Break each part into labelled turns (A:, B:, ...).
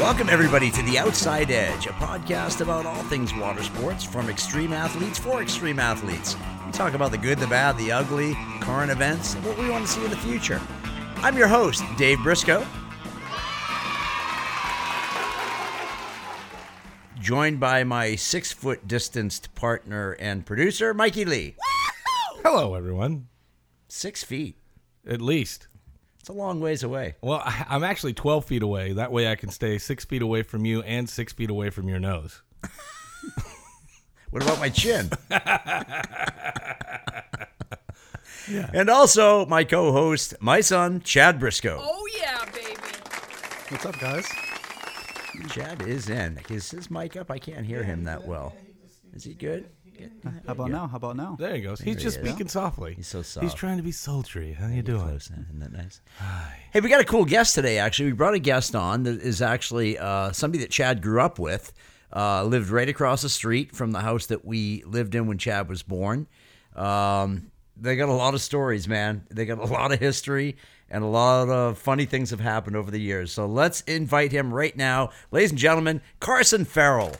A: Welcome, everybody, to The Outside Edge, a podcast about all things water sports from extreme athletes for extreme athletes. We talk about the good, the bad, the ugly, current events, and what we want to see in the future. I'm your host, Dave Briscoe. Joined by my six foot distanced partner and producer, Mikey Lee.
B: Hello, everyone.
A: Six feet.
B: At least.
A: It's a long ways away.
B: Well, I, I'm actually 12 feet away. That way I can stay six feet away from you and six feet away from your nose.
A: What about my chin? And also my co-host, my son, Chad Briscoe.
C: Oh yeah, baby.
D: What's up, guys?
A: Chad is in. Is his mic up? I can't hear him that well. Is he good?
D: How about now? How about now?
B: There he goes. He's just
A: is.
B: speaking softly.
A: He's so
B: He's
A: soft.
B: trying to be sultry. How you doing?
A: Close, isn't that nice? Hey, we got a cool guest today. Actually, we brought a guest on that is actually uh, somebody that Chad grew up with. Uh, lived right across the street from the house that we lived in when Chad was born. Um, they got a lot of stories, man. They got a lot of history and a lot of funny things have happened over the years. So let's invite him right now, ladies and gentlemen, Carson Farrell,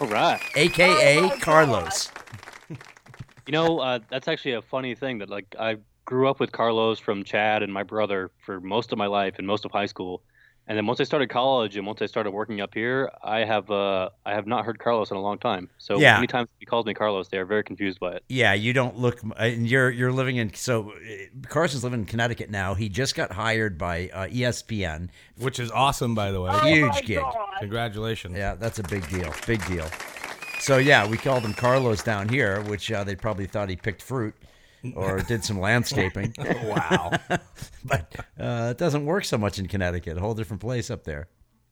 E: All right.
A: aka
C: Oh my God.
A: Carlos.
E: You know, uh, that's actually a funny thing that like I grew up with Carlos from Chad and my brother for most of my life and most of high school, and then once I started college and once I started working up here, I have uh, I have not heard Carlos in a long time. So
A: Yeah.
E: many times he calls me Carlos, they are very confused by it.
A: Yeah, you don't look. And you're you're living in so uh, Carson's living in Connecticut now. He just got hired by uh, ESPN.
B: Which is awesome, by the way.
C: Oh
A: Huge
C: my
A: gig.
C: God.
B: Congratulations.
A: Yeah, that's a big deal. Big deal. So yeah, we called him Carlos down here, which uh, they probably thought he picked fruit or did some landscaping,
B: Wow.
A: but uh, it doesn't work so much in Connecticut. A whole different place up there.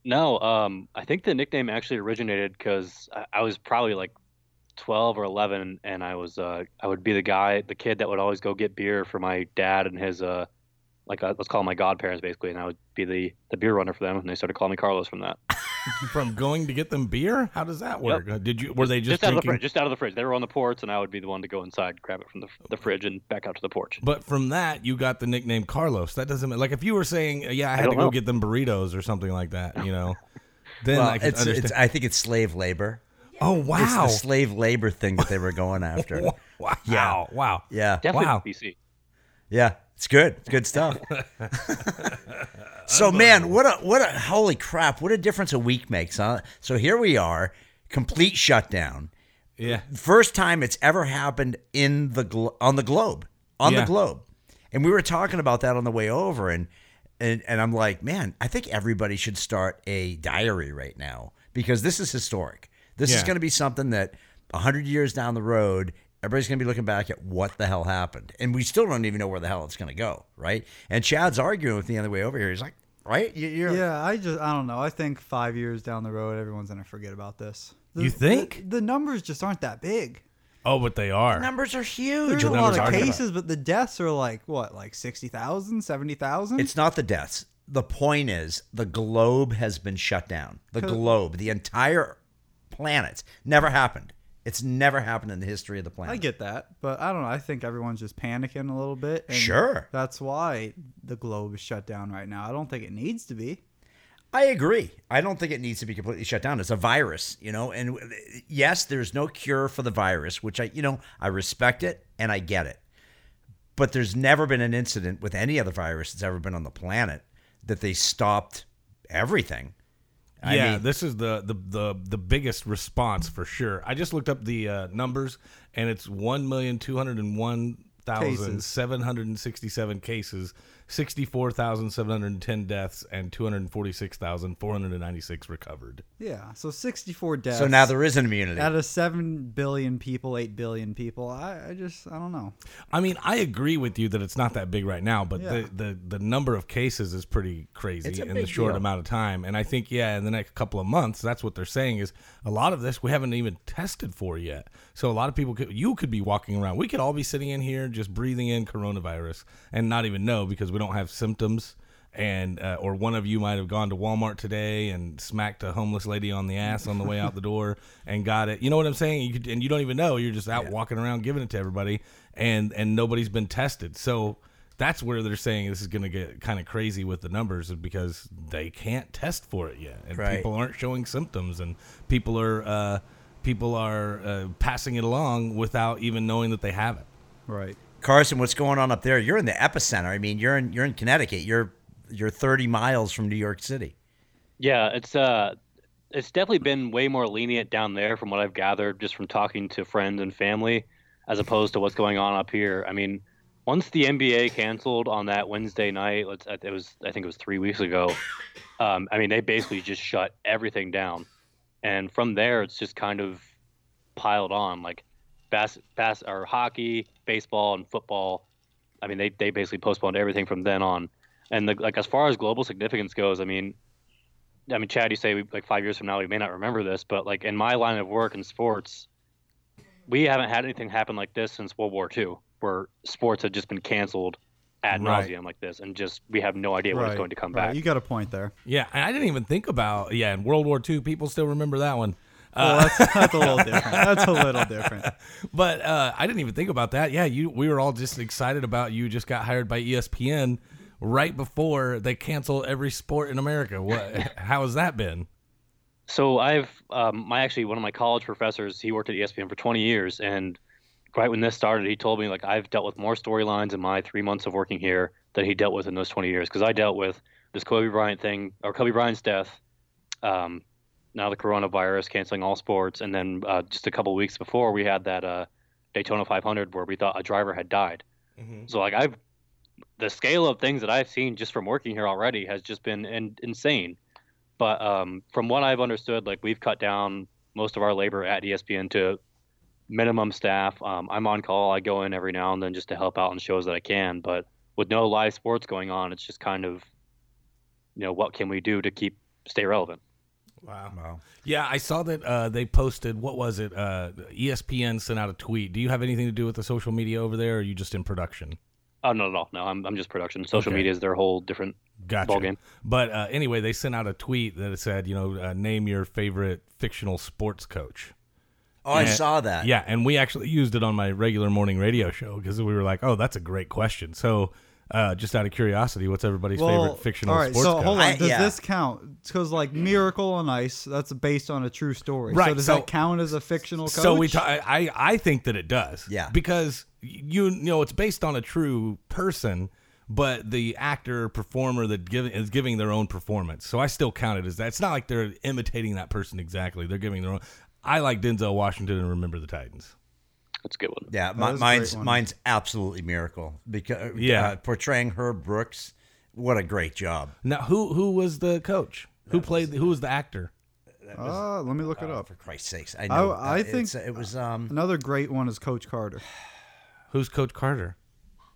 E: No, um, I think the nickname actually originated because I, I was probably like 12 or 11, and I was uh, I would be the guy, the kid that would always go get beer for my dad and his uh, like uh, let's call 'em my godparents basically, and I would be the the beer runner for them, and they started calling me Carlos from that.
B: From going to get them beer? How does that work? Uh, Did you were they just,
E: out of the
B: drinking?
E: fridge, just out of the fridge. They were on the porch, and I would be the one to go inside, grab it from the, the fridge, and back out to the porch.
B: But from that you got the nickname Carlos. That doesn't like if you were saying, uh, yeah, I had
E: don't
B: to go
E: know.
B: get them burritos or something like that, you know. Then
A: Well,
B: I could
A: it's,
B: understand.
A: it's I think it's slave labor.
B: oh
A: It's
B: wow.
A: the slave labor thing that they were going after.
B: wow.
A: Yeah.
B: Wow.
A: Yeah.
E: Definitely
B: Wow.
E: BC.
A: Yeah, it's good. It's good stuff. so man, what a what a holy crap, what a difference a week makes, huh? So here we are, complete shutdown.
B: Yeah.
A: First time it's ever happened in the glo- on the globe. On the
B: Yeah.
A: globe. And we were talking about that on the way over and and and I'm like, man, I think everybody should start a diary right now because this is historic. This is
B: Yeah.
A: going to be something that 100 years down the road, everybody's going to be looking back at what the hell happened. And we still don't even know where the hell it's going to go, right? And Chad's arguing with me on the way over here. He's like, right? You- You're,
D: Yeah, I just I don't know. I think five years down the road, everyone's gonna forget about this. The-
B: You think?
D: the, the numbers just aren't that big?
B: Oh, but they are.
A: Numbers are
D: There's
A: huge.
D: a
A: What
D: lot
A: we're
D: of
A: talking about.
D: cases, but the deaths are like what, like 60,000, 70,000?
A: It's not the deaths. The point is, the globe has been shut down. The globe, the entire planet, never happened. It's never happened in the history of the planet.
D: I get that, but I don't know. I think everyone's just panicking a little bit. And
A: Sure.
D: That's why the globe is shut down right now. I don't think it needs to be.
A: I agree. I don't think it needs to be completely shut down. It's a virus, you know. And uh, yes, there's no cure for the virus, which I, you know, I respect it and I get it. But there's never been an incident with any other virus that's ever been on the planet that they stopped everything. I
B: yeah,
A: mean-
B: this is the, the the the biggest response for sure. I just looked up the uh, numbers, and it's one million two hundred and one thousand seven hundred and sixty seven cases, sixty four thousand seven hundred and ten deaths, and two hundred and forty six thousand four hundred and ninety six recovered.
D: Yeah. So 64 deaths.
A: So now there is an immunity.
D: out of 7 billion people, 8 billion people, I, I just, I don't know.
B: I mean, I agree with you that it's not that big right now, but
D: Yeah.
B: the, the the number of cases is pretty
A: It's
B: crazy
A: a
B: in the
A: big
B: short
A: deal.
B: amount of time. And I think yeah, in the next couple of months, that's what they're saying is a lot of this we haven't even tested for yet. So a lot of people could you could be walking around. We could all be sitting in here just breathing in coronavirus and not even know because we don't have symptoms. And uh, or one of you might have gone to Walmart today and smacked a homeless lady on the ass on the way out the door and got it. You know what I'm saying? You could, and you don't even know. You're just out walking around giving it to everybody, and and nobody's been tested. So that's where they're saying this is going to get kind of crazy with the numbers is because they can't test for it yet, and
A: Right.
B: people aren't showing symptoms, and people are uh, people are uh, passing it along without even knowing that they have it.
D: Right.
A: Carson, what's going on up there? You're in the epicenter. I mean, you're in you're in Connecticut. You're you're 30 miles from New York City.
E: Yeah, it's uh it's definitely been way more lenient down there from what I've gathered just from talking to friends and family as opposed to what's going on up here. I mean, once the NBA canceled on that Wednesday night, let's it was I think it was 3 weeks ago. Um, I mean, they basically just shut everything down. And from there it's just kind of piled on like bas- bas- or hockey, baseball and football. I mean, they they basically postponed everything from then on. And the, like as far as global significance goes, I mean, I mean, Chad, you say we, like five years from now, we may not remember this, but like in my line of work in sports, we haven't had anything happen like this since World War II, where sports have just been canceled ad
B: Right.
E: nauseum like this, and just we have no idea when
D: right.
E: it's going to come
D: right.
E: back.
D: You got a point there.
B: Yeah, and I didn't even think about yeah. In World War II, people still remember that one.
E: Uh,
D: well, that's, that's a little different. That's a little different.
B: But uh, I didn't even think about that. Yeah, you we were all just excited about you just got hired by E ESPN right before they cancel every sport in America. What? how has that been?
E: So I've um, my actually one of my college professors. He worked at E ESPN for 20 years, and right when this started, he told me like I've dealt with more storylines in my three months of working here than he dealt with in those 20 years because I dealt with this Kobe Bryant thing or Kobe Bryant's death, um, now the coronavirus canceling all sports, and then uh, just a couple weeks before we had that uh, Daytona 500 where we thought a driver had died. So like I've the scale of things that I've seen just from working here already has just been in, insane. But um, from what I've understood, like we've cut down most of our labor at E ESPN to minimum staff. Um, I'm on call. I go in every now and then just to help out on shows that I can. But with no live sports going on, it's just kind of, you know, what can we do to keep stay relevant?
B: Wow.
A: Wow.
B: Yeah, I saw that uh, they posted. What was it? Uh, ESPN sent out a tweet. Do you have anything to do with the social media over there, or are you just in production?
E: Oh no, no, no. I'm I'm just production. Social
B: Okay.
E: media is their whole different
B: Gotcha.
E: ballgame.
B: But uh, anyway, they sent out a tweet that said, you know, uh, name your favorite fictional sports coach.
A: Oh, I
B: Yeah.
A: saw that.
B: Yeah, and we actually used it on my regular morning radio show because we were like, "Oh, that's a great question." So, uh, just out of curiosity, what's everybody's favorite fictional
D: all right,
B: sports
D: so
B: guy?
D: hold
A: I-
D: on. Does
A: yeah.
D: this count? Because like Miracle on Ice, that's based on a true story.
B: Right,
D: So does
B: so-
D: that count as a fictional? Coach?
B: So we, ta- I, I- I think that it does.
A: Yeah.
B: Because you, you know, it's based on a true person, but the actor or performer that give, is giving their own performance. So I still count it as that. It's not like they're imitating that person exactly. They're giving their own. I like Denzel Washington and Remember the Titans.
E: That's a good one.
A: Yeah, mi-
D: is a great
A: mine's
D: one.
A: mine's absolutely miracle because
B: Yeah.
A: uh, portraying Herb Brooks, what a great job!
B: Now, who who was the coach? Who played? Who was the actor?
D: Uh, let me look it up.
A: For Christ's sakes, I know.
D: I
A: uh,
D: think-
A: it's- it was um
D: Another great one is Coach Carter.
B: Who's Coach Carter?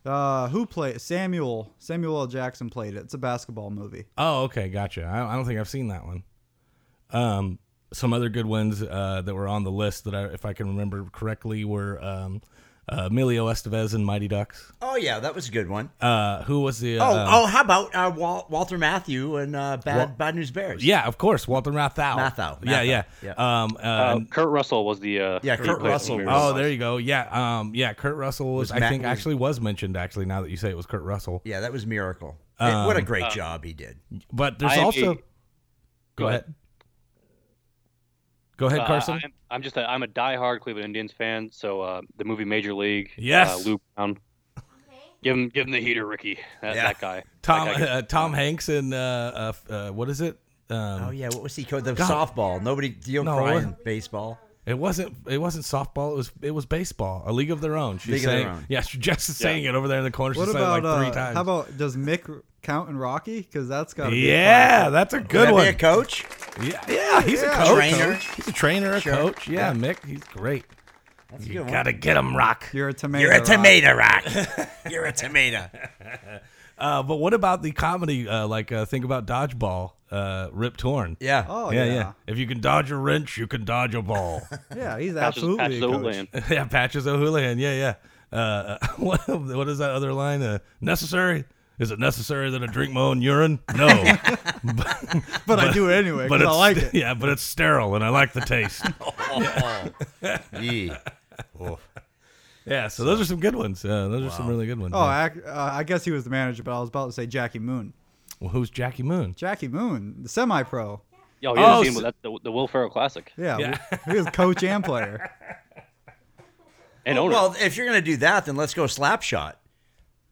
D: Uh, who played Samuel? Samuel L. Jackson played it. It's a basketball movie.
B: Oh, okay, gotcha. I, I don't think I've seen that one. Um, some other good ones uh, that were on the list that I, if I can remember correctly, were um, uh, Emilio Estevez and Mighty Ducks.
A: oh yeah, that was a good one.
B: Uh, who was the?
A: Oh,
B: uh,
A: oh, how about uh, Wal- Walter Matthew and uh, Bad Bad News Bears?
B: yeah, of course, Walter Matthau.
A: Matthau,
B: Yeah,
A: Matthau,
B: yeah.
A: yeah.
B: Um, uh,
E: Uh,
B: and-
E: Kurt Russell was the uh,
A: Yeah,
E: he
A: Kurt
E: played
A: Russell
E: Samir.
A: was-
B: oh, there you go. Yeah, um, yeah. Kurt Russell was,
A: Was
B: I
A: Matt-
B: think,
A: was-
B: actually was mentioned. Actually, now that you say it was Kurt Russell,
A: yeah, that was miracle.
B: Um,
A: It- what a great job he did.
B: but there's
E: I am
B: also.
E: a-
B: go ahead. Go ahead,
E: Uh,
B: Carson.
E: I'm, I'm just a, I'm a diehard Cleveland Indians fan. So uh, the movie Major League.
B: Yes.
E: Uh, Lou Brown. Give him give him the heater, Ricky. That,
A: Yeah.
E: that guy. That
B: Tom
E: guy gets-
B: uh, Tom Hanks and uh, uh, uh, what is it? Um,
A: Oh yeah, what was he called? The
B: God.
A: softball. Nobody, you
B: No,
A: don't
B: it
A: cry in
B: wasn't.
A: baseball.
B: It wasn't it wasn't softball. It was it was baseball. A League of Their Own. She's
A: League of Their
B: saying
A: Own.
B: yeah, she's just saying it over there in the corner.
D: What
B: she said
D: about
B: it like three
D: uh,
B: times.
D: how about does Mick count in Rocky? Because that's got
B: yeah, that's a
A: Would
B: good
A: that
B: one.
A: Be a coach.
B: yeah, yeah, he's
D: Yeah.
B: a coach.
A: Trainer.
B: He's a trainer, a
A: Sure.
B: coach. Yeah, Mick, he's great.
A: That's a good one.
B: Gotta get him, Rock.
D: You're a tomato.
A: You're a
D: Rock.
A: tomato rock. You're a tomato.
B: Uh, but what about the comedy? Uh, like uh, think about dodgeball. Uh, Rip Torn.
A: Yeah.
D: Oh
B: yeah,
D: yeah, yeah.
B: If you can dodge a wrench, you can dodge a ball.
D: he's
E: Patches-
D: absolutely
E: Patches
D: a coach.
E: O'Hooligan.
B: yeah, Patches O'Houlihan. Yeah, yeah. Uh, uh, what, what is that other line? Uh, necessary? Is it necessary that I drink my own urine? No. but,
D: But, I do it anyway
B: but
D: because I
B: it's-
D: like it.
B: Yeah, but it's sterile and I like the taste.
A: Oh. Yee. Oh.
B: Yeah, so, those are some good ones. Uh, those are some really good ones.
D: Oh,
B: yeah.
D: I, ac- uh, I guess he was the manager, but I was about to say Jackie Moon.
B: well, who's Jackie Moon?
D: Jackie Moon, the semi-pro.
E: Yo,
B: Oh,
E: oh, seen,
B: so-
E: that's the, the Will Ferrell classic
D: Yeah,
B: Yeah.
D: he was coach and player.
E: and
B: Oh,
E: owner.
A: Well, if you're going to do that, then let's go Slapshot.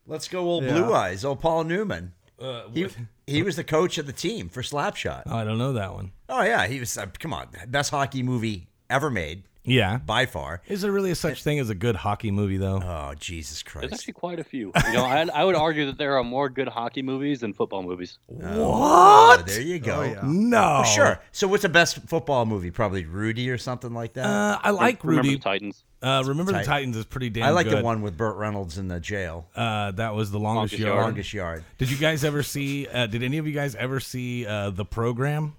A: Let's go old
D: Yeah.
A: Blue Eyes, old Paul Newman.
B: Uh,
A: He, he was the coach of the team for Slapshot.
B: oh, I don't know that one.
A: Oh, yeah. He was, uh, come on, best hockey movie ever made
B: Yeah.
A: by far.
B: Is there really a such thing as a good hockey movie though?
A: Oh, Jesus Christ.
E: There's actually quite a few. You know, I, I would argue that there are more good hockey movies than football movies.
A: Oh,
B: what?
A: there you go.
D: Oh, yeah.
B: No.
A: Sure. So, what's the best football movie? Probably Rudy or something like that.
B: Uh, I like
E: Remember
B: Rudy.
E: the Titans?
B: uh, Remember the
A: Titan.
B: Titans is pretty damn.
A: I like the
B: good.
A: one with Burt Reynolds in the jail,
B: Uh, that was the longest,
E: Longest
B: yard.
E: Yard.
A: longest yard.
B: Did you guys ever see? Uh, did any of you guys ever see uh, the program?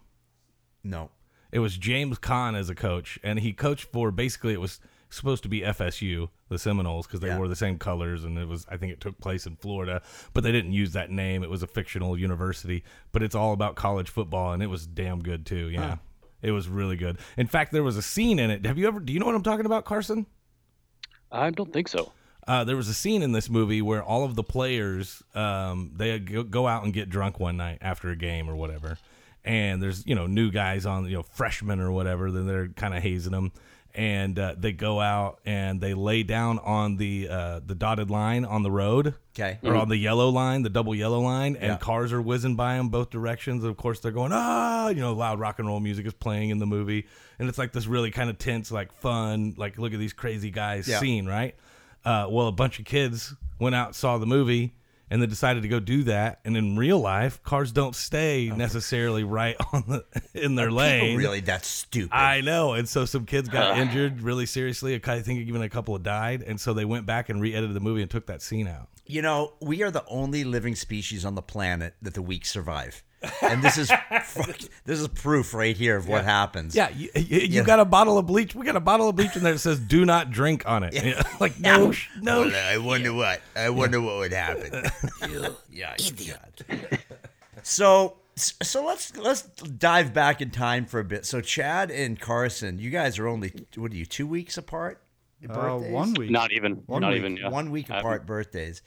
A: No.
B: It was James Kahn as a coach, and he coached for basically it was supposed to be FSU, the Seminoles, because they
A: Yeah.
B: wore the same colors, and it was I think it took place in Florida, but they didn't use that name. It was a fictional university, but it's all about college football, and it was damn good too. Yeah, it was really good. In fact, there was a scene in it. Have you ever? Do you know what I'm talking about, Carson?
E: I don't think so.
B: uh, there was a scene in this movie where all of the players um, they go, go out and get drunk one night after a game or whatever and there's you know new guys on you know freshmen or whatever then they're kind of hazing them and uh, they go out and they lay down on the uh, the dotted line on the road
A: Okay.
B: or on the yellow line, the double yellow line, and
A: Mm. Yeah.
B: cars are whizzing by them both directions. Of course, they're going ah, you know, loud rock and roll music is playing in the movie, and it's like this really kind of tense, like fun, like look at these crazy guys
A: Yeah.
B: scene, right? Uh, well, a bunch of kids went out, saw the movie, and then decided to go do that. And in real life, cars don't stay
A: Oh,
B: necessarily right on the in their lane.
A: People Oh, really, that's stupid.
B: I know. And so some kids got injured really seriously. I think even a couple have died. And so they went back and re edited the movie and took that scene out.
A: You know, we are the only living species on the planet that the weak survive, and this is fuck, this is proof right here of what happens.
B: Yeah, you, you, you got a bottle of bleach. We got a bottle of bleach in there that says "Do not drink" on it. Yeah, like no, sh- no. sh-
A: I wonder what. I wonder what would happen. yeah, God. So, so let's let's dive back in time for a bit. So, Chad and Carson, you guys are only what are you two weeks apart? Your
D: Uh,
A: birthdays?
D: one week.
E: Not even.
D: One
E: not
D: week.
E: even. Yeah.
A: one week
E: I haven't-
A: apart birthdays.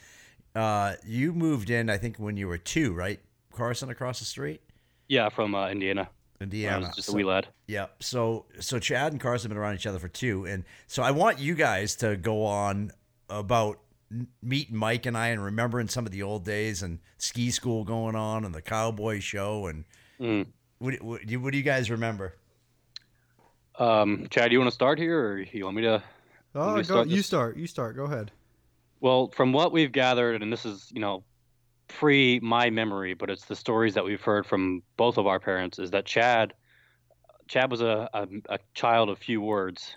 A: Uh, you moved in, I think, when you were two, right? Carson across the street,
E: Yeah, from uh, Indiana. I
A: Indiana.
E: was just
A: So-
E: a wee lad.
A: Yeah. So so Chad and Carson have been around each other for two, and so I want you guys to go on about n- meeting Mike and I and remembering some of the old days and ski school going on and the cowboy show and
E: Mm.
A: what, what, do you- what do you guys remember?
E: Um, Chad, you want to start here, or you want me to?
D: Oh,
E: me
D: go,
E: start
D: you
E: this.
D: start. You start. Go ahead.
E: Well, from what we've gathered, and this is you know pre my memory, but it's the stories that we've heard from both of our parents, is that Chad, Chad was a a, a child of few words,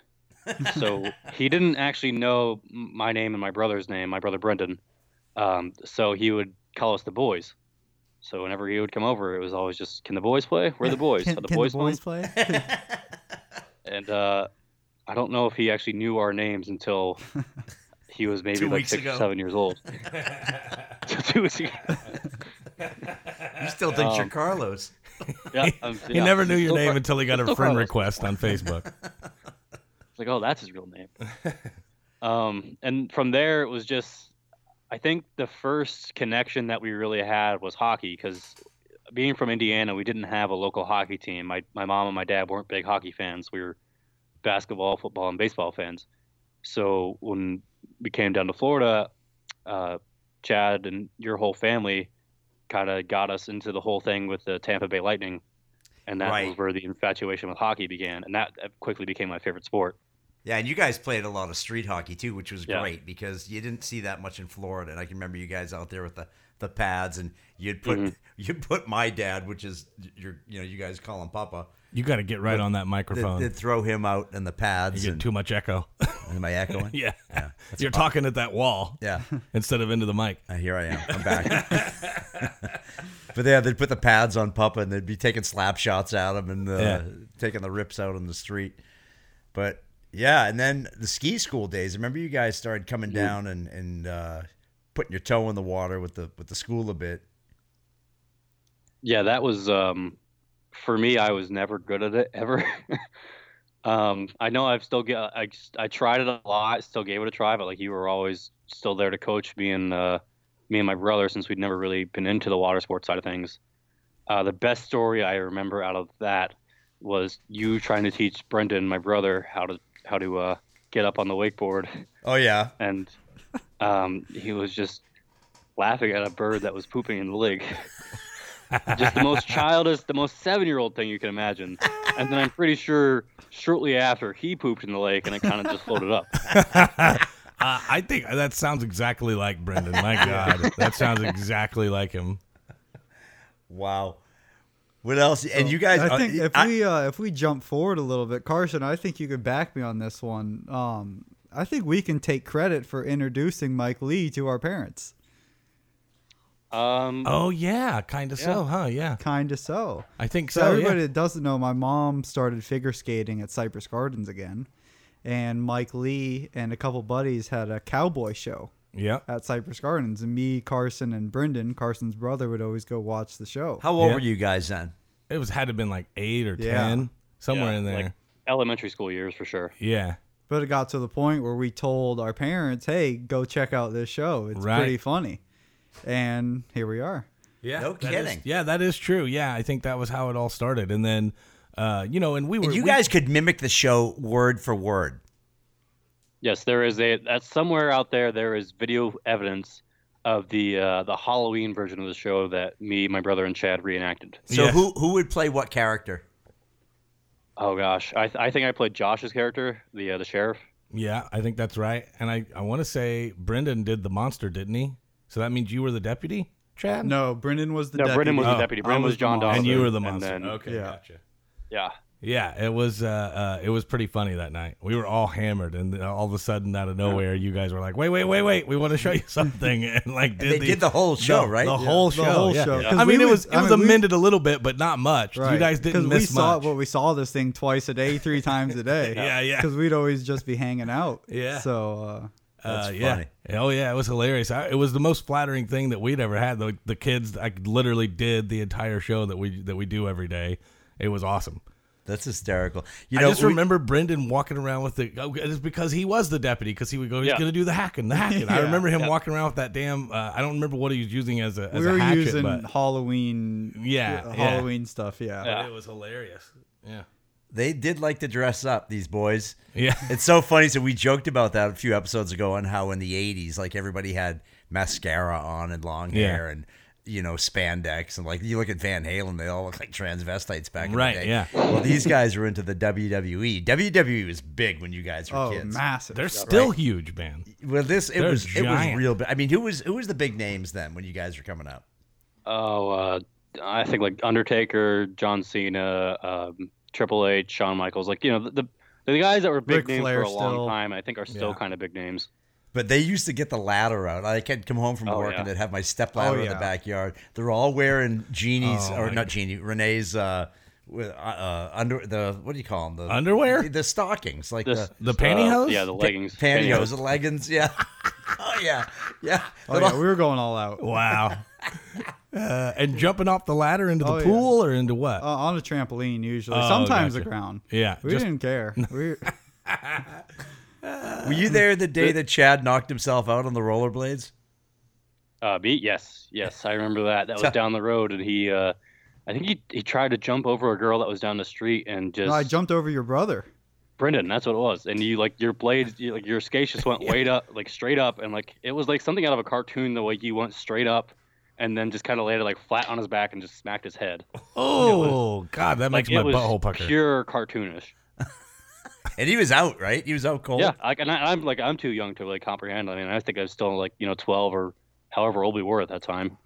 E: so he didn't actually know m- my name and my brother's name, my brother Brendan, um, so he would call us the boys. So whenever he would come over, it was always just, "Can the boys play? We're the boys.
D: Can,
E: Are the
D: can
E: boys, playing?"
D: play?
E: and uh, I don't know if he actually knew our names until he was maybe
A: Two
E: like
A: weeks
E: six
A: ago.
E: or seven years old. Two weeks ago.
A: You still think you're
E: Um,
A: Carlos?
E: Yeah, um,
B: He
E: yeah.
B: never knew your
E: Still
B: name
E: fr-
B: until he got a
E: still
B: friend
E: Carlos.
B: request on Facebook.
E: It's like, oh, that's his real name. um, and from there, it was just, I think the first connection that we really had was hockey because being from Indiana, we didn't have a local hockey team. My my mom and my dad weren't big hockey fans. We were basketball, football, and baseball fans. So when we came down to Florida, uh, Chad and your whole family kind of got us into the whole thing with the Tampa Bay Lightning, and that
A: Right.
E: was where the infatuation with hockey began, and that that quickly became my favorite sport.
A: Yeah, and you guys played a lot of street hockey too, which was
E: Yeah.
A: great because you didn't see that much in Florida. And I can remember you guys out there with the, the pads, and you'd put
E: Mhm.
A: you'd put my dad, which is your you know you guys call him Papa.
B: You got to get right on that
A: They'd,
B: microphone.
A: they'd throw him out in the
B: you
A: pads.
B: get
A: And,
B: too much echo.
A: am I echoing?
B: yeah, you're talking at that wall
A: Yeah.
B: instead of into the mic.
A: Uh, here I am. I'm back. but yeah, they'd put the pads on Papa and they'd be taking slap shots at him and uh,
B: Yeah.
A: taking the rips out on the street. But yeah, and then the ski school days. Remember, you guys started coming down and and uh, putting your toe in the water with the with the school a bit.
E: Yeah, that was um, for me. I was never good at it ever. Um, I know I've still get I I tried it a lot, still gave it a try, but like you were always still there to coach me and uh, me and my brother since we'd never really been into the water sports side of things. Uh, the best story I remember out of that was you trying to teach Brendan, my brother, how to how to uh, get up on the wakeboard,
C: Oh yeah.
E: and um, he was just laughing at a bird that was pooping in the lake. just the most childish, the most seven-year-old thing you can imagine. And then I'm pretty sure shortly after he pooped in the lake, and it kind of just floated up.
B: Uh, I think that sounds exactly like Brendan. My God, that sounds exactly like him.
C: Wow. What else? and you guys,
D: I think
C: uh,
D: if
C: I-
D: we uh, if we jump forward a little bit, Carson, I think you could back me on this one. Um, I think we can take credit for introducing Mike Lee to our parents.
E: Um,
B: Oh yeah, kind of so, huh? Yeah,
D: Kind of so.
B: I think
D: So,
B: so. Oh, yeah.
D: everybody that doesn't know, my mom started figure skating at Cypress Gardens again, and Mike Lee and a couple buddies had a cowboy show
B: yeah.
D: at Cypress Gardens, and me, Carson, and Brendan, Carson's brother, would always go watch the show.
A: How old
B: Yeah.
A: were you guys then?
B: It was had to have been like eight or
D: Yeah.
B: ten, somewhere
E: yeah,
B: in there.
E: like elementary school years for sure.
B: yeah,
D: But it got to the point where we told our parents, "Hey, go check out this show. It's
B: Right.
D: pretty funny." And here we are.
B: yeah.
A: No
B: that
A: kidding.
B: is- yeah, that is true. Yeah, I think that was how it all started, and then, uh, you know, and we were
A: And you
B: we-
A: guys could mimic the show word for word.
E: Yes, there is a that's somewhere out there. There is video evidence of the uh, the Halloween version of the show that me, my brother, and Chad reenacted.
A: So
B: Yeah.
A: who who would play what character?
E: Oh gosh, I, I think I played Josh's character, the uh, the sheriff.
B: Yeah, I think that's right. And I, I want to say Brendan did the monster, didn't he? So that means you were the deputy, Chad?
D: No, Brendan was the
E: No,
D: deputy.
E: Brendan was
B: Oh,
E: the deputy.
D: I
E: Brendan
D: was
E: was John
D: the monster.
E: Donovan.
B: And you were the monster.
E: then-
B: okay,
D: Yeah.
B: gotcha.
E: yeah.
B: Yeah, it was. Uh, uh, it was pretty funny that night. We were all hammered, and all of a sudden, out of nowhere, you guys were like, "Wait, wait, wait, wait! We want to show you something!" And like, did
A: they did the whole show, right?
B: The
A: Yeah.
B: whole
D: The
B: show.
D: whole
B: yeah.
D: show. 'Cause
B: I mean,
D: we
B: it was
D: would-
B: it
D: I
B: was
D: mean, we-
B: amended a little bit, but not much. You
D: Right.
B: guys didn't
D: 'Cause
B: miss
D: we saw
B: much.
D: it, well, we saw this thing twice a day, three times a day.
B: Yeah, yeah.
D: Because we'd always just be hanging out.
B: Yeah.
D: So uh,
B: Uh,
A: That's
B: yeah.
A: funny.
B: Oh yeah, it was hilarious. I, it was the most flattering thing that we'd ever had. The, the kids, I literally did the entire show that we that we do every day. It was awesome.
A: That's hysterical. You know,
B: I just
A: we-
B: remember Brendan walking around with the. oh, It's because he was the deputy because he would go. He's
E: Yeah.
B: gonna do the hacking, the hacking. I
D: Yeah.
B: remember him walking around with that damn. Uh, I don't remember what he was using as a as
D: we were
B: a hatchet,
D: using
B: but
D: Halloween. uh,
B: Yeah, yeah.
D: Halloween stuff. Yeah.
E: Yeah.
B: it was hilarious. Yeah.
A: they did like to dress up these boys.
B: Yeah.
A: It's so funny. So we joked about that a few episodes ago on how in the '80s, like everybody had mascara on and long
B: Yeah.
A: hair and you know spandex and like you look at Van Halen, they all look like transvestites back in
B: Right,
A: the day.
B: yeah.
A: Well, these guys were into the E. WWE. WWE was big when you guys were
D: Oh,
A: kids.
D: massive.
B: They're still huge, man.
A: Well, this it
B: They're
A: was it was
B: giant.
A: real. bi- I mean, who was who was the big names then when you guys were coming up?
E: Oh, uh, I think like Undertaker, John Cena, um, Triple H, Shawn Michaels, like you know the the, the guys that were
D: Ric
E: big names
D: Flair
E: for a long
D: still.
E: time. I think are still
B: Yeah.
E: kind of big names.
A: But they used to get the ladder out. I could come home from
E: Oh,
A: work
E: yeah.
A: and I'd have my step ladder
D: Oh,
A: in the
D: yeah.
A: backyard. They're all wearing Jeannie's
B: Oh,
A: or
B: my
A: not Jeannie, Renee's uh, with, uh, uh, under the what do you call them? The
B: Underwear?
A: the stockings, like
E: This-
A: the
B: The
E: uh,
B: pantyhose?
E: yeah, the leggings,
A: pantyhose, the leggings. Yeah, oh yeah, yeah.
D: Oh, yeah, we were going all out. Uh,
B: Wow. uh, and jumping off the ladder into the
D: Oh, yeah.
B: pool or into what?
D: on a trampoline usually.
B: Oh,
D: Sometimes
B: gotcha.
D: the ground.
B: yeah.
D: We
B: just-
D: didn't care. We
A: Were you there the day that Chad knocked himself out on the rollerblades?
E: Uh, me? Yes, yes, I remember that. That was down the road, and he, uh, I think he he tried to jump over a girl that was down the street, and just
D: no, I jumped over your brother.
E: Brendan, that's what it was. And you like your blades, you, like your skate just went way up, like straight up, and like it was like something out of a cartoon. The way you went straight up, and then just kind of landed like flat on his back and just smacked his head.
B: oh, God, that makes
E: like
B: my
E: it was
B: butthole pucker.
E: pure cartoonish.
A: And he was out, right? He was out cold.
E: Yeah, like and I, I'm like I'm too young to really comprehend. I mean, I think I was still like you know 12 or however old we were at that time.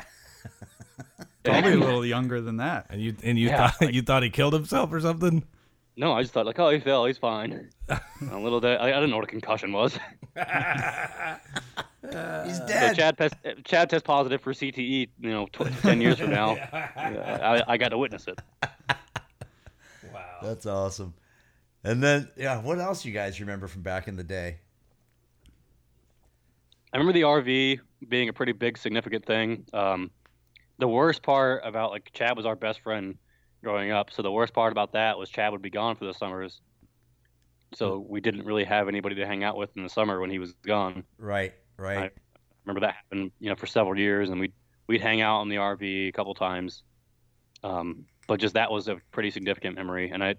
D: Probably a little younger than that.
B: and you and you
E: Yeah,
B: thought you thought he killed himself or something?
E: No, I just thought like, oh, he fell, he's fine. And a little bit. I, I didn't know what a concussion was.
A: he's
D: Uh,
E: So
A: dead.
E: Chad, test, Chad test positive for CTE. You know, tw- 10 years from now, Yeah, I, I got to witness it.
A: That's awesome. And then, yeah, what else you guys remember from back in the day?
E: I remember the RV being a pretty big, significant thing. Um, the worst part about like Chad was our best friend growing up, so the worst part about that was Chad would be gone for the summers, So we didn't really have anybody to hang out with in the summer when he was gone.
A: Right, right.
E: remember that happened, you know, for several years, and we'd we'd hang out in the RV a couple times. Um, but just that was a pretty significant memory, and I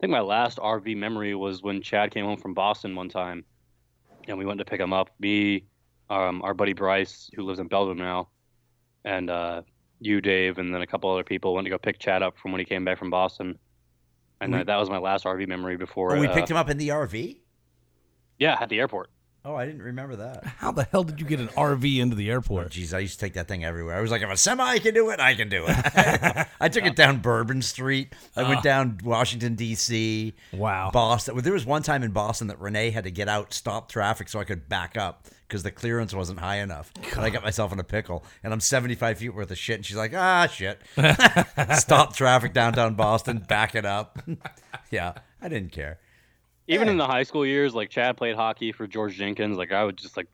E: think my last RV memory was when Chad came home from Boston one time, and we went to pick him up. Me, um, our buddy Bryce, who lives in Belgium now, and uh, you, Dave, and then a couple other people went to go pick Chad up from when he came back from Boston. And uh, that was my last RV memory before.
A: oh, we
E: uh,
A: picked him up in the RV?
E: Yeah, at the airport.
A: Oh, I didn't remember that.
B: How the hell did you get an RV into the
A: Oh,
B: airport?
A: Jeez, I used to take that thing everywhere. I was like, if a semi can do it, I can do it. I took it down Bourbon Street. I went down Washington D.C.
B: Wow.
A: Boston. Well, there was one time in Boston that Renee had to get out, stop traffic, so I could back up because the clearance wasn't high enough. And I got myself in a pickle. And I'm 75 feet worth of shit. And she's like, ah, shit. stop traffic downtown Boston. Back it up. yeah, I didn't care.
E: even in the high school years, like Chad played hockey for George Jenkins. Like I would just like,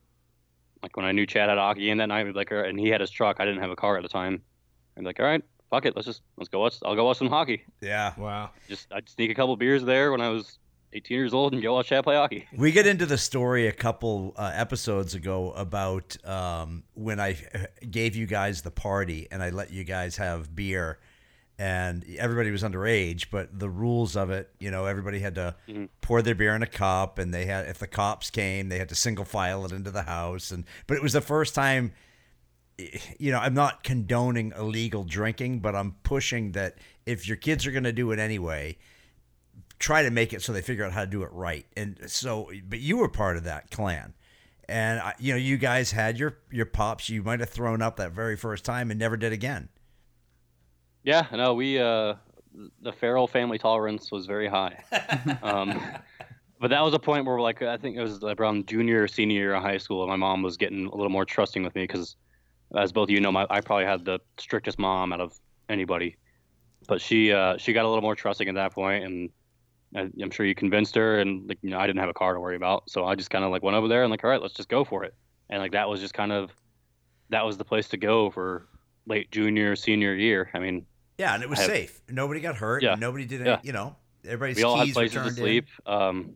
E: like when I knew Chad had hockey, and that night we'd be like, all right, and he had his truck. I didn't have a car at the time. I'd be like, all right, fuck it, let's just let's go watch. I'll go watch some hockey.
A: Yeah.
B: Wow.
E: Just I'd sneak a couple beers there when I was 18 years old and go watch Chad play hockey.
A: We get into the story a couple uh, episodes ago about um, when I uh, gave you guys the party and I let you guys have beer, and everybody was underage, but the rules of it, you know, everybody had to pour their beer in a cup, and they had if the cops came, they had to single file it into the house, and but it was the first time you know, I'm not condoning illegal drinking, but I'm pushing that if your kids are going to do it anyway, try to make it so they figure out how to do it right. And so, but you were part of that clan. And I, you know, you guys had your your pops. You might have thrown up that very first time and never did again.
E: Yeah, no, we uh, the feral family tolerance was very high. um, but that was a point where, like, I think it was like around junior or senior year of high school, and my mom was getting a little more trusting with me because, as both of you know, my, I probably had the strictest mom out of anybody. But she uh, she got a little more trusting at that point, and I, I'm sure you convinced her. And like, you know, I didn't have a car to worry about, so I just kind of like went over there and like, all right, let's just go for it. And like that was just kind of that was the place to go for late junior senior year. I mean,
A: Yeah, and it was
E: I have-
A: safe. Nobody got hurt.
E: Yeah.
A: and nobody did. Any,
E: Yeah.
A: You know, everybody's
E: we all had
A: keys were
E: places to
A: turned in.
E: sleep. Um,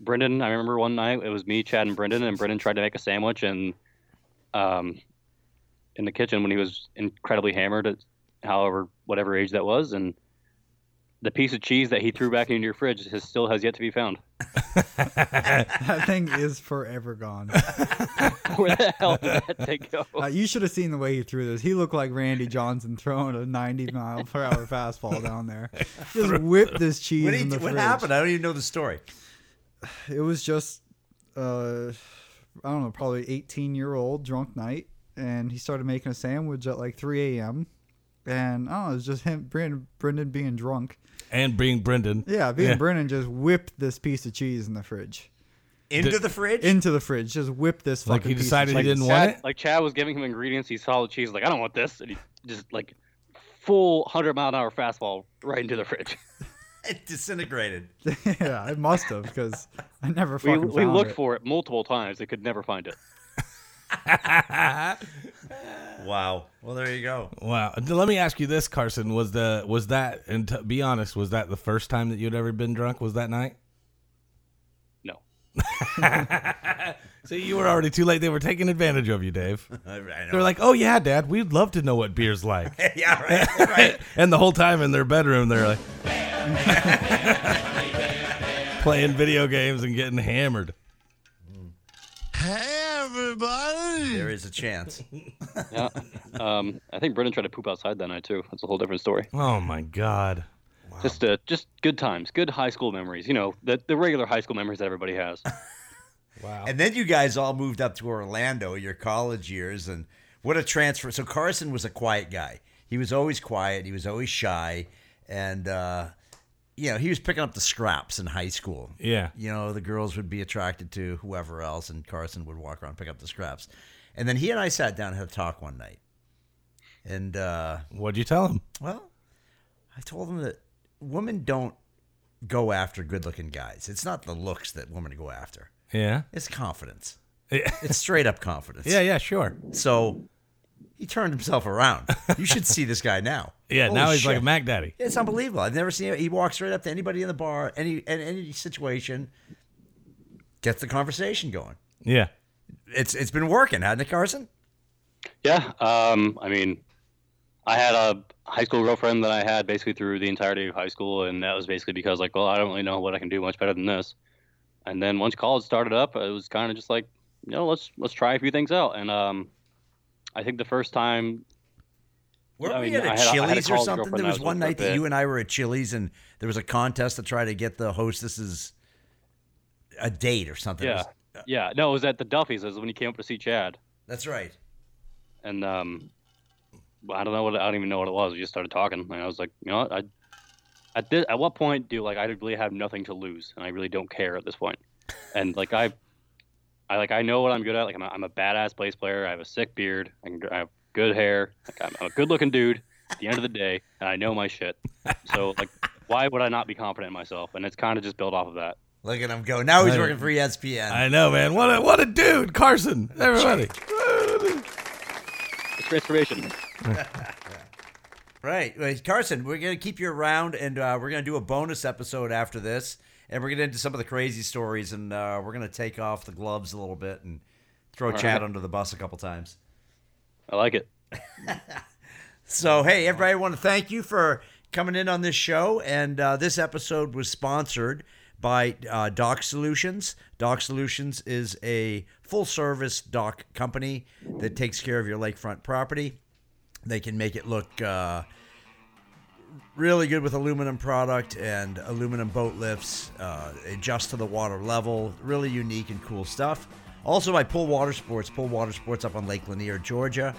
E: Brendan, I remember one night it was me, Chad, and Brendan, and Brendan tried to make a sandwich, and um, in the kitchen when he was incredibly hammered at however whatever age that was, and the piece of cheese that he threw back into your fridge has still has yet to be found.
D: That thing is forever gone.
E: Where the hell did that thing go?
D: Uh, you should have seen the way he threw this. He looked like Randy Johnson throwing a 90 mile per hour fastball down there. Just whipped this cheese
A: What,
D: in
A: did
D: the
A: he- what
D: fridge.
A: happened? I don't even know the story.
D: It was just, uh, I don't know, probably 18 year old drunk night, and he started making a sandwich at like 3 a.m. And I don't know, it was just him, Brendan, Brendan being drunk.
B: And being Brendan.
D: Yeah, being
B: Yeah.
D: Brendan just whipped this piece of cheese in the fridge,
A: Into the fridge.
D: into the fridge, just whipped this.
B: Like
D: fucking
B: he
D: piece of
B: decided he
D: cheese.
B: didn't want
E: Chad,
B: it.
E: like Chad was giving him ingredients, he saw the cheese, like I don't want this, and he just like full hundred mile an hour fastball right into the fridge.
A: it disintegrated.
D: yeah, it must have because I never
E: We,
D: fucking
E: we
D: found
E: looked
D: it.
E: for it multiple times, they could never find it.
A: Wow. Well, there you go.
B: Wow. Let me ask you this, Carson. Was the was that and to be honest, was that the first time that you'd ever been drunk? Was that night?
E: No.
B: So you were already too late. They were taking advantage of you, Dave.
A: I know.
B: They're like, "Oh yeah, Dad, we'd love to know what beer's like."
A: yeah, right, right.
B: and the whole time in their bedroom, they're like playing video games and getting hammered.
A: there is a chance.
E: Yeah. Um, I think Brendan tried to poop outside that night too. That's a whole different story.
B: Oh my God.
E: Just uh, just good times, good high school memories. You know, the the regular high school memories that everybody has.
B: Wow.
A: And then you guys all moved up to Orlando, your college years, and what a transfer! So Carson was a quiet guy. He was always quiet. He was always shy, and uh, you know he was picking up the scraps in high school.
B: Yeah.
A: you know the girls would be attracted to whoever else, and Carson would walk around and pick up the scraps. And then he and I sat down and had a talk one night, and uh,
B: What'd you tell him?
A: well, I told him that women don't go after good-looking guys. It's not the looks that women go after.
B: Yeah.
A: It's confidence.
B: Yeah.
A: It's straight up confidence.
B: Yeah. Yeah. Sure.
A: So He turned himself around. You should see this guy now.
B: Yeah,
A: Holy
B: now he's like a
A: shit.
B: Mac Daddy.
A: It's unbelievable. I've never seen it. He walks right up to anybody in the bar, any in any situation, gets the conversation going.
B: Yeah.
A: It's it's been working, hasn't it, Carson?
E: Yeah. Um, I mean, I had a high school girlfriend that I had basically through the entirety of high school, and that was basically because like, well, I don't really know what I can do much better than this. And then once college started up, it was kind of just like, you know, let's let's try a few things out. And um, I think the first time,
A: Were
E: I
A: we
E: mean, I
A: at
E: had a-
A: a
E: I had a
A: Chili's or
E: college
A: something?
E: girlfriend
A: There
E: that I
A: was
E: was
A: one
E: with for a
A: night that
E: bit.
A: you and I were at Chili's, and there was a contest to try to get the hostesses a date or something. It
E: yeah,
A: was-
E: yeah, no, it was at the Duffy's. It was when he came up to see Chad,
A: that's right.
E: and um, I don't know what I don't even know what it was. We just started talking, and I was like, you know, what? I at this at what point do like I really have nothing to lose, and I really don't care at this point, and like I, I like I know what I'm good at. Like I'm a, I'm a badass bass player. I have a sick beard. I, can, I have good hair. Like I'm, I'm a good looking dude. At the end of the day, and I know my shit. So like, why would I not be confident in myself? And it's kind of just built off of that.
A: Look at him go. Now he's
B: I-
A: working for E ESPN.
B: I know, man. What a what a dude, Carson. Everybody.
E: It's restoration.
A: Right. Well, Carson, we're going to keep you around and uh, we're going to do a bonus episode after this. And we're going to into some of the crazy stories and uh, we're going to take off the gloves a little bit and throw Chad
E: right.
A: under the bus a couple times.
E: I like it.
A: So, hey, everybody, I want to thank you for coming in on this show. And uh, this episode was sponsored by uh, Doc Solutions. Doc Solutions is a full service dock company that takes care of your lakefront property. They can make it look. Uh, really good with aluminum product and aluminum boat lifts, uh, adjust to the water level, really unique and cool stuff. Also by Pull Water Sports, Pull Water Sports up on Lake Lanier, Georgia.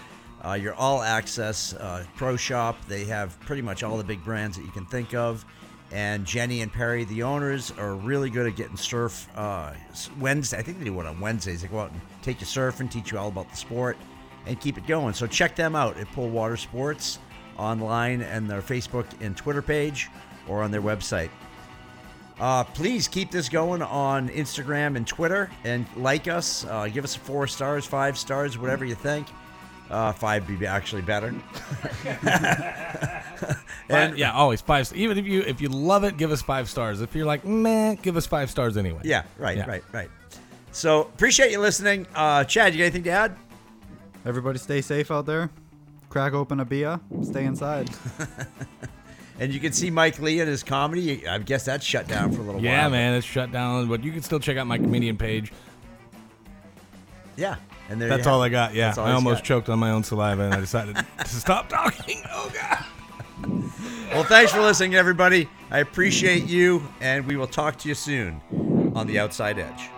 A: Uh, your all access uh, pro shop. They have pretty much all the big brands that you can think of. And Jenny and Perry, the owners, are really good at getting surf uh, s- Wednesday. I think they do one on Wednesdays. They go out and take you surfing, teach you all about the sport, and keep it going. So check them out at Pull Water Sports online and their Facebook and Twitter page or on their website. Uh, please keep this going on Instagram and Twitter and like us. Uh, give us four stars, five stars, whatever you think. Uh, five be actually better.
B: And yeah, always five stars. Even if you if you love it, give us five stars. If you're like, meh, give us five stars anyway.
A: Yeah, right,
B: Yeah.
A: right, right. So appreciate you listening. Uh, Chad, you got anything to add?
D: Everybody stay safe out there. Crack open a beer. Stay inside.
A: And you can see Mike Lee and his comedy. I guess that's shut down for a little
B: Yeah,
A: while.
B: man, it's shut down, but you can still check out my comedian page.
A: Yeah. And there
B: That's
A: you
B: all I
A: have it.
B: got. Yeah,
A: That's all
B: I
A: he's
B: almost
A: got.
B: choked on my own saliva, and I decided to stop talking. Oh god.
A: Well, thanks for listening, everybody. I appreciate you, and we will talk to you soon on The Outside Edge.